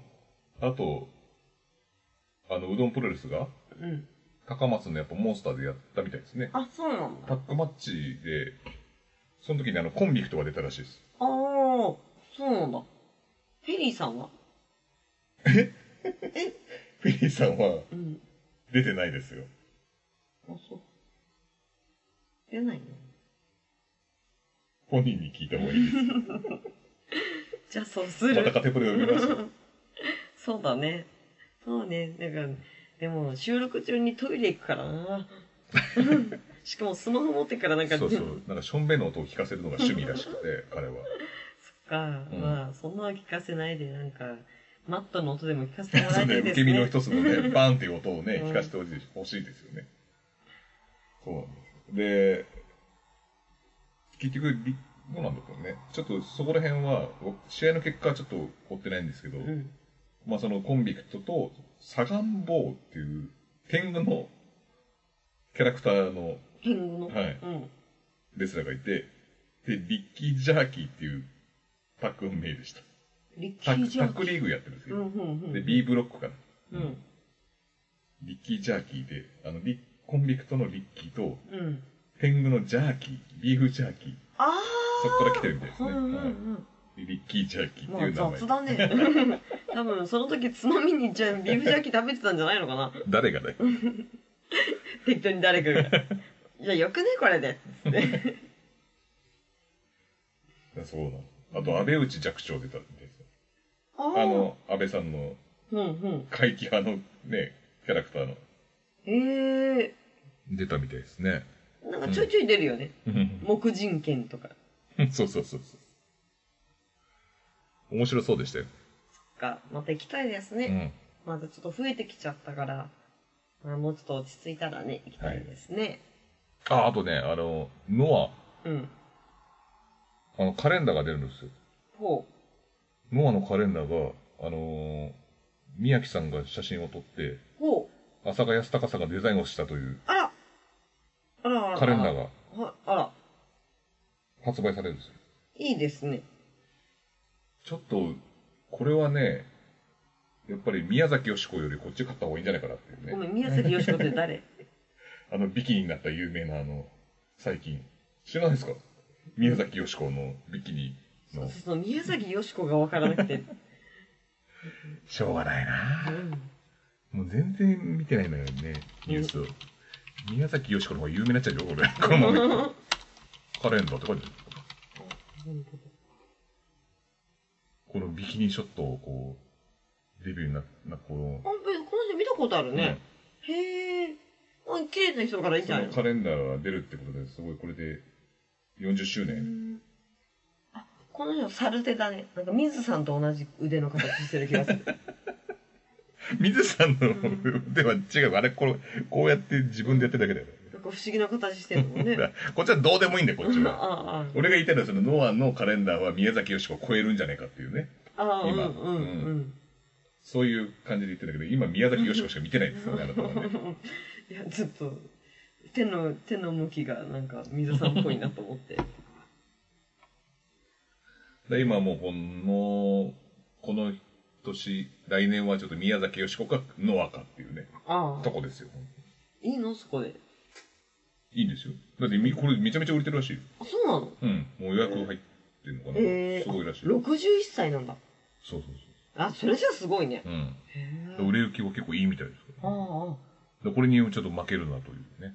あと、あの、うどんプロレスが、
うん。
高松のやっぱモンスターでやったみたいですね。
あ、そうなんだ。
タックマッチで、その時にあの、コンビクトが出たらしいです。
ああ、そうなんだ。フェリーさんは
フィリーさんは
うん。
出てないですよ。
あ、そう。出ないの
本人に聞いた方がいいです。
じゃあ、そうす
また
る。
カテプレを見ますよ。
(laughs) そうだね。そうね。なんか、でも、収録中にトイレ行くから (laughs) な。しかも、スマホ持ってからなんか、
そうそ
っ
う。なんか、しょんべんの音を聞かせるのが趣味らしくて、彼は。
か、
うん
まあ、そんなの聞かせないで、なんか、マットの音でも聞かせてもら
そう
いた
ね、
い
受
です
け身の
ね。
一つのね、バーンっていう音をね、
うん
聞かせてほしいほしいですよね。そうなんです。で、結局、りどうなんだったうね。ちょっとそこら辺は、お試合の結果はちょっと追ってないんですけど、
うん。
まあそのコンビクトと、サガンボウっていう、天狗のキャラクターの、
天狗の。
はい、
うん。
レスラーがいて、で、リッキー・ジャーキーっていうタッグ名でした。
リッキ
タッ
ー
グ
ジ
タ
ャ
ッグ
ーキ
リーグやってるんです
ー。う
よ。
ん、うん、うん。
で、B ブロックかな。
うん。
リッキージャーキーで、あの、リコンビクトのリッキーと、
うん。
天狗のジャーキー、ビーフジャーキー、
あ
そこから来てるみたいです
あ。う
ね。
んうんう
はい
ん。
リッキージャーキーって
ま
い
あ
う名前。
雑だね。 (laughs) 多分その時つまみにじゃあビーフジャーキー食べてたんじゃないのかな。 (laughs)
誰がだよ。
適当に誰か
(laughs)
が。いや、よくねこれで。
そうなの。あと、安倍内寂聴出たんですよ。
あ
あの、安倍さんの
うんうん。
怪奇派のね、キャラクターの。
へえ
出たみたいですね。
ー。なんかちょいちょい出るよね。木人犬とか。
そうそうそうそう。面白そうでしたよ。
が、また行きたいです
う
ね。
ん。
またちょっと増えてきちゃったから、まあ、もうちょっと落ち着いたらね、行きたいですね。
あ、あとね、あの、ノ
うん。
ア、あの、カレンダーが出るんですよ。
ほ
ノアのカレンダーが、あのー宮城さんが写真を撮って、
う。ほう。
浅賀康隆さんがデザインをしたという
あらあらあら。
カレンダー
が。
が
あら。
発売されるんですよ。
いいですね。
ちょっと、これはね、やっぱり宮崎美子よりこっち買った方がいいんじゃないかなってい
ご
うね。
めん、宮崎美子っ
(laughs)
て誰
あの、ビキニになった有名なあの、最近。知らないですか宮崎美子のビキニの。
その宮崎美子がわからなくて。
しょうがないな
うん
もう全然見てないのよね、ニュースを。宮崎美子の方が有名になっちゃうよ、俺。このまま。カレンダーって書いてある。このビキニショットをこう、デビューにななこの、
本当にこの人見たことあるね。へえ。あ、綺麗な人だからいいんじ
そ
ゃな
の
い
カ
の
レンダーが出るってことですごいこれで40周
う
年。
んあ、この人サルテだね。なんか水さんと同じ腕の形してる気がする。
水さんの
う
(laughs) 腕は違う。あれ、これ、こうやって自分でやってるだけだよ。
なんか不思議な形してるも
(laughs)
んね。
だからこっちはどうでもいいんだよ、こっち
(laughs) あ
は。
あ、あ
俺が言いたいのは、そのノアのカレンダーは宮崎美子を超えるんじゃないかっていうね。
あ、ああ、うん
今
うんうん。
そういう感じで言ってるんだけど、今宮崎美子しか見てないんですよね、あなたはね。
(laughs) いや、ちょっと、手の、手の向きがなんか水さんっぽいなと思って。
で今もうこの、この年、来年はちょっと宮崎よしこかノアかっていうね、
ああ
と。こですよ。
いいのそこで。
いいんですよ。だってみ、これめちゃめちゃ売れてるらしいよ。
あ、そうなの
うん。もう予約入ってるのかな。
えー
すごいらしい。そう
?61 歳なんだ。
そう
あ、それじゃすごいね
そ。う。うん。
へえ。
売れ行きは結構いいみたいですか
あ
ら、ね。
あ、
でこれにちょっと負けるなというね、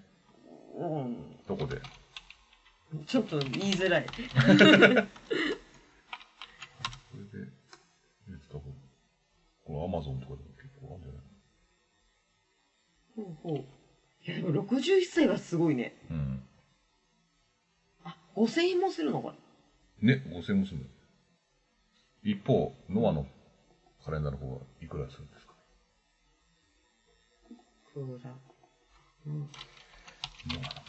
う
とこで。
ん。ちょっと言いづらい。
これで、えっと、これアマゾンとかでも結構あるんじゃない
ほうほう。いや、でも61歳がすごいね。
うん。
あ、5000円もするのこれ。
ね、5000円もするんだよ。一方、ノアのカレンダーの方はいくらするんですか
そうだ。うん。
ノアのカレンダーね。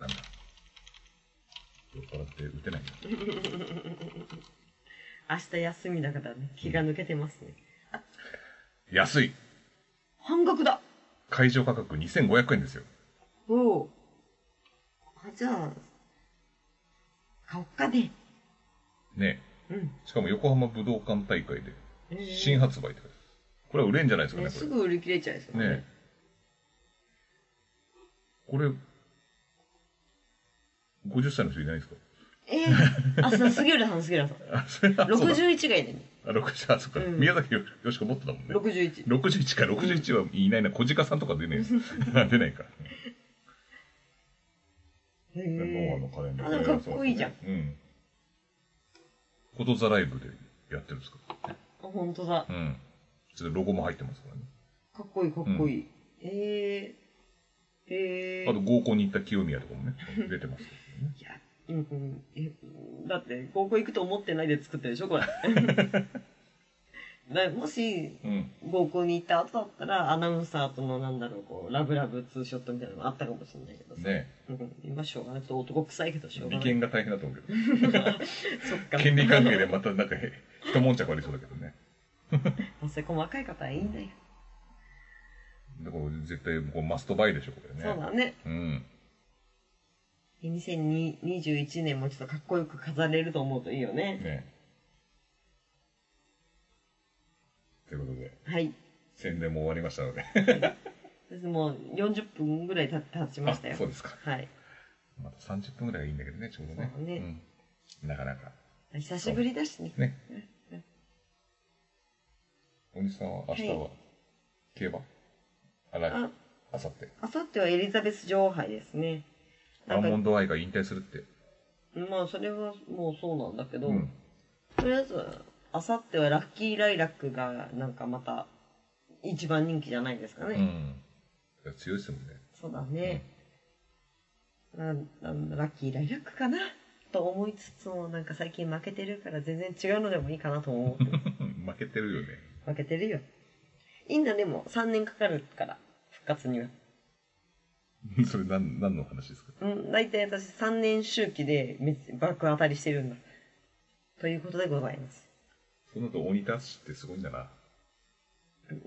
なんだ。酔っ払って打てないんだ。
明日休みだからね、気が抜けてますね。
安い
半額だ
会場価格2500円ですよ。
おお。あ、じゃあ、買おっかね。
ね
うん。
しかも横浜武道館大会で
えー
新発売って書いてあるこれは売れんじゃないですか
ね
ね、
す
こ
ぐ売り切れちゃいそう
れ。
だ
ね。これ、50歳の人いないですか
えー、あ、そうだ杉浦さん、杉浦さん。
あ、それはそうだ。
61がいいね。
あ、60、あ、そっか。
うん
宮崎よよしこもっとだもんね。
61。
61か、61はいないな。小鹿さんとか出ね
(laughs)
えよ。出ないか。
へ
ノ
え
アの。カレンダ
あ
ー
でもかっこいいじゃん
うん。ことざライブでやってるんですか
あ、ほんとだ。
うん。それでロゴも入ってますからね。
かっこいい、かっこいい。えー、えー。
あと合コンに行った清宮とかもね、出てますけどね。
いや、うんうん。えだって、高校行くと思ってないで作ったでしょ、これ。
(laughs)
だもし、
うん。
合コンに行った後だったら、アナウンサーとの、なんだろう、こう、ラブラブツーショットみたいなのもあったかもしれないけどさ。
ね
うん、今しょうがない。ちょっと男臭いけどしょう
利
がない。
権が大変だと思うけ
(laughs) そっか
ど、。権利関係でまたなんかへ、一悶着ありそうだけどね。
まあそれ細かい方はいいんだよ。
だから絶対こうマストバイでしょ、これね。
そうだね。
うん。
2021年もちょっとかっこよく飾れると思うといいよね。
ねということで、
はい。
宣伝も終わりましたので。
私もう40分ぐらい経経ちました
(laughs)
よ
あ。そうですか。
はい。
また30分ぐらいがいいんだけどね、ちょうどね。
そうだね
うん。なかなか。
久しぶりだしね。
ね。おじさんは明日
は
は、競馬あら、
あ、
あさって。
あさってはエリザベス女王杯ですね。
ア
な
ー
んか
モ、ンドアイが引退するって。
まあそれはもうそうなんだけど、
うん。
とりあえず、あさってはラッキーライラックがなんかまた一番人気じゃないですかね。
うん。いや強いですもんね。 (laughs)
そうだね、なんなんだラッキーライラックかなと思いつつも、なんか最近負けてるから全然違うのでもいいかなと思って。
負けてるよね。
負けてるよ。いいんだ、でも3年かかるから、復活には。
それ何、何の話ですか
うん、大体私3年周期でめ爆当たりしてるんだ。ということでございます。
その後、鬼タッシってすごいんだな。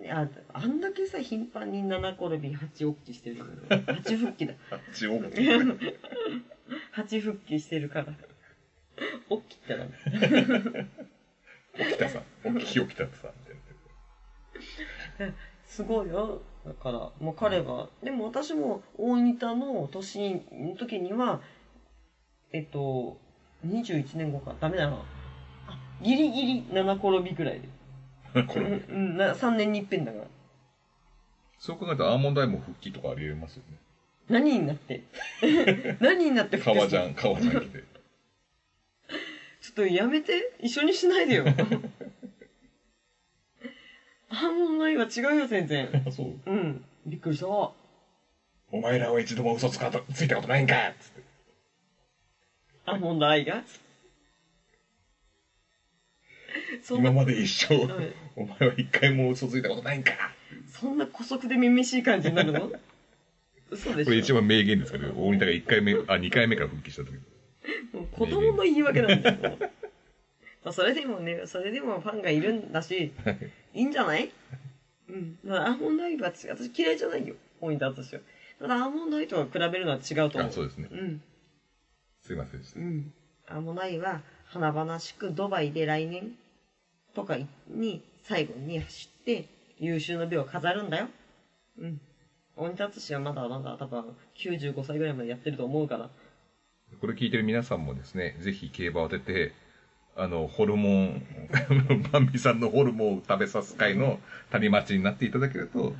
あ、あんだけさ、頻繁に7転び8起きしてるから。8復帰だ。
あっち大きい。
8復帰してるから。 (laughs) 起きたら、
起きたさ。起き起きたさ。みたいな。
すごいよ。だから、もう彼が、でも私も大仁田の年の時には、えっと、21年後か、ダメだな。あ、ギリギリ7転びぐらいで。
こ
う
(laughs) れ、
んうん、な3年に一遍だから。
そう考えたらアーモンドアイも復帰とかありえますよね。
何になって。 (laughs) 何にな (laughs) って
革ジ
ん。
ャン、革ジャン着て。 (laughs)
ちょっとやめて。一緒にしないでよ。 (laughs) あ、もうないわ。違うよ、全然。
あ、そう。
うん。びっくりした。
お前らは一度も嘘つかとついたことない (laughs) んかつって。
あ、もうないが。 (laughs) そんな
今、まで一生、
うん
お前は一回も嘘ついたことないんか
そんな古速でめめしい感じになるの嘘でし
こ
ょ
れ一番名言ですけど、大仁田が一回目、あ、二回目から復帰した時。
もう子供の言い訳なんだよ。もうまあそれでもね、それでもファンがいるんだし、いいんじゃないうん。まあ、アーモンドアイは違う私嫌いじゃないよ。ポイント私は。たただアーモンドアイとは比べるのは違うと思
あ
う。
そうですね
うん。
すいませんでした
うん。アーモンドアイは、華々しくドバイで来年とかに最後に走って優秀な美を飾るんだよ。うん。鬼達氏はまだまだ多分95歳ぐらいまでやってると思うから。
これ聞いてる皆さんもですねぜひ競馬を当ててあのホルモン (laughs) バンビさんのホルモンを食べさす会の谷町になっていただけると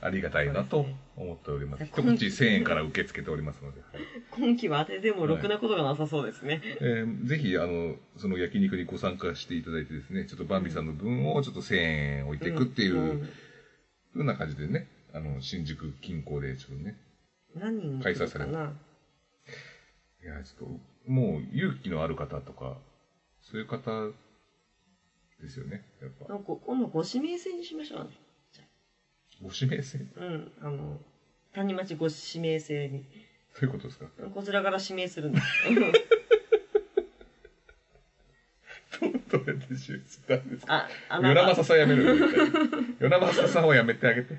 ありがたいなと思っております
そうで
一
すね
口1000円から受け付けておりますので、はい
今期は当ててもろくなことがなさそうですね。
えーぜひあのその焼肉にご参加していただいてですねちょっとバンビさんの分をちょっと1000円置いていくっていう、
うん
ふうな感じでね、あの、新宿近郊でちょっとね、
何人
開催され
か
る
ない
や、ちょっと、もう勇気のある方とか、そういう方ですよね、やっぱ
な。んか今度ご指名制にしましょうね。
ご指名制ど
うん、あの、谷町ご指名制に。
ういうことですか
こちらから指名するんです。
どうやって指名したんですか
あ、
(laughs)
あ
与那
な
政
た。
さんやめるみたいな。与那政さんをやめてあげて。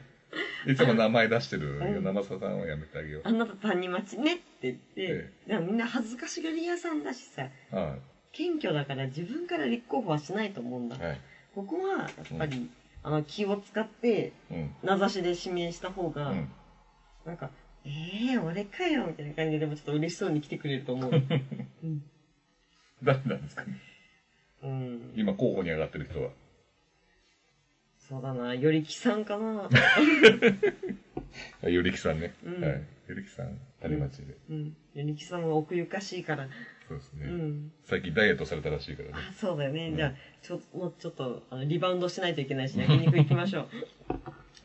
いつも名前出してる
うん
与那政さんをやめてあげよう。
あなた谷町ねって言って、
え
でもみんな恥ずかしがり屋さんだしさ、
は
謙虚だから自分から立候補はしないと思うんだ。
い。はい。
ここは、やっぱり、あの、気を使って、
うん。
名指しで指名した方
う
が、
ん。
なんか、ええー、俺かよみたいな感じで、でもちょっと嬉しそうに来てくれる
(laughs)
と思う。うん。
誰なんですかね
うん。
今候補に上がってる人は。
そうだな、よりきさんかな。
あゆりきさんね。
うん
はい。ゆりきさん、谷町で。
うん。よりきさんは奥ゆかしいから。
そうです
う
ね。
ん。
最近ダイエットされたらしいからね。
あ、そうだよね。
うん
じゃあ、ちょもうちょっと、あの、リバウンドしないといけないし、焼肉行きましょう。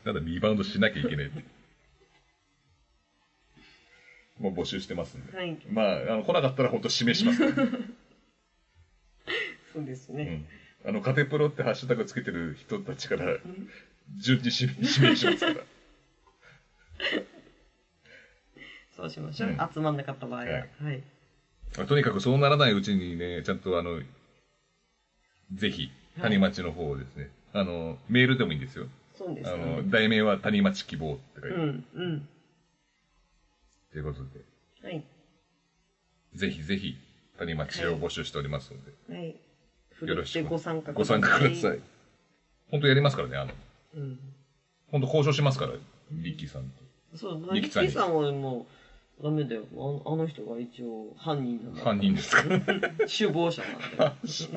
ただリバウンドしなきゃいけないって。 (laughs) もう募集してます (laughs) んで。
はい。
まあ、あの来なかったら本当指名し (laughs) ます、
そうです
う
ね。
ん。あの、カテプロってハッシュタグつけてる人たちから
ん
順に指名指名し (laughs) ますから。
そうしましょう。
うん
集まんなかった場合は。
は
はいい。
まあ (laughs) とにかくそうならないうちにね、ちゃんとあの、ぜひ、谷町の方をですね、あの、メールでもいいんですよ。
そうです
あ
ね。
の、題名は谷町希望って書いて、
うん、うん。
ということで、
はい。
ぜひぜひ、谷町を募集しておりますので。
はい。ふ
よ
る
ろ
っ
してく
ご参加
ご参加ください。。本当やりますからね、あの、
うん。
本当交渉しますから、リッキーさんと。
そう、
リキ
リキ
さんに
さんはもう、ダメだよ。ああの人が一応、犯人なんだ。
犯人ですから。
首謀者な
(laughs)
んだよ。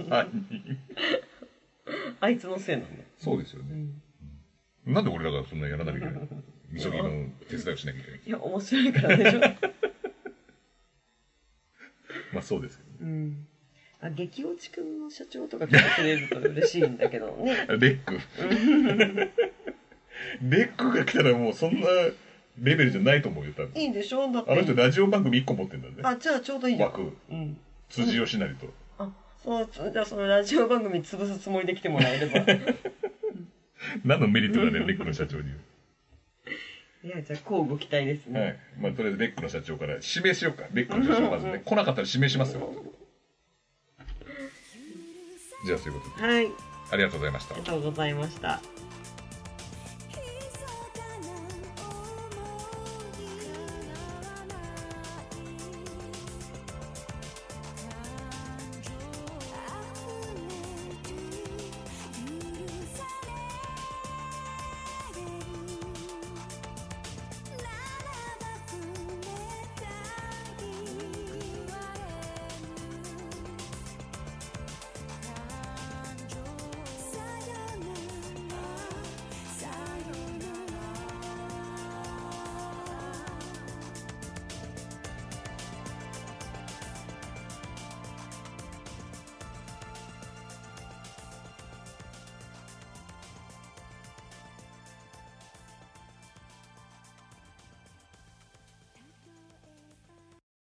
犯人。
あいつのせいなんだよ。
そうですよ
う
ね。
ん。
なんで俺らがそんなやらなきゃいけないのみそぎの手伝いをしなきゃいけない。
いや、面白いから
(laughs)
でしょ。
まあそうですけどね
うん。あ、激落ちくんの社長とか来てくれると嬉しいんだけどね。
レック。 (laughs) レックが来たらもうそんなレベルじゃないと思うよ、多分。
いいでしょだっ
あの人
て。
ラジオ番組1個持ってんだね。
あ、じゃあちょうどいいじゃん。
枠、
うん。
辻吉成と。
あ、そう、つじゃあそのラジオ番組潰すつもりで来てもらえれ (laughs) ば。
何のメリットがね、レックの社長に。
いや、じゃあ交互期待ですね。
はい。まあとりあえずレックの社長から指名しようか。レックの社長まずね。来なかったら指名しますよ。じゃあそういうことで。
はい、
ありがとうございました
あり。がとうございました。